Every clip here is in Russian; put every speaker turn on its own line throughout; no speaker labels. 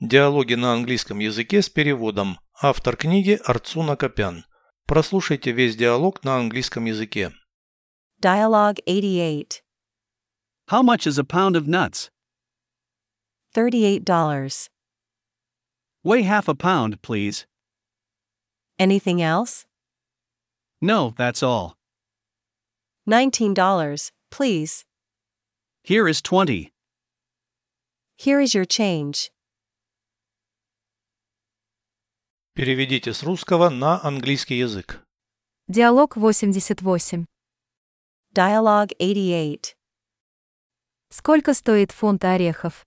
Диалоги на английском языке с переводом. Автор книги Арцуна Копян. Прослушайте весь диалог на английском языке.
Dialogue 88.
How much is a pound of nuts?
$38.
Weigh half a pound, please.
Anything else?
No, that's all.
$19, please.
Here is 20.
Here is your change.
Переведите с русского на английский язык.
Диалог 88.
Dialogue 88.
Сколько стоит фунт орехов?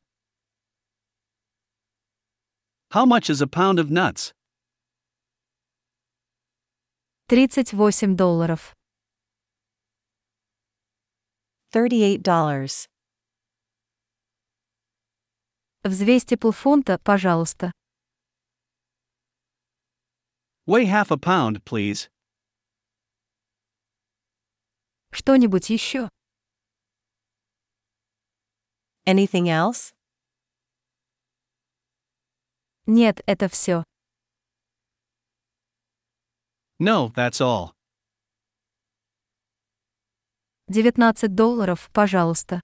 How much is a pound of nuts?
38 долларов.
$38.
Взвесьте полфунта, пожалуйста.
Weigh half a pound, please.
Что-нибудь еще?
Anything else?
Нет, это все.
No, that's all.
19 долларов, пожалуйста.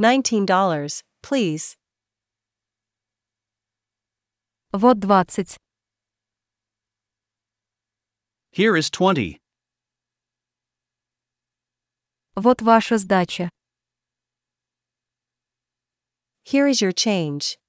$19, please.
Вот 20.
Here is 20.
Вот ваша сдача.
Here is your change.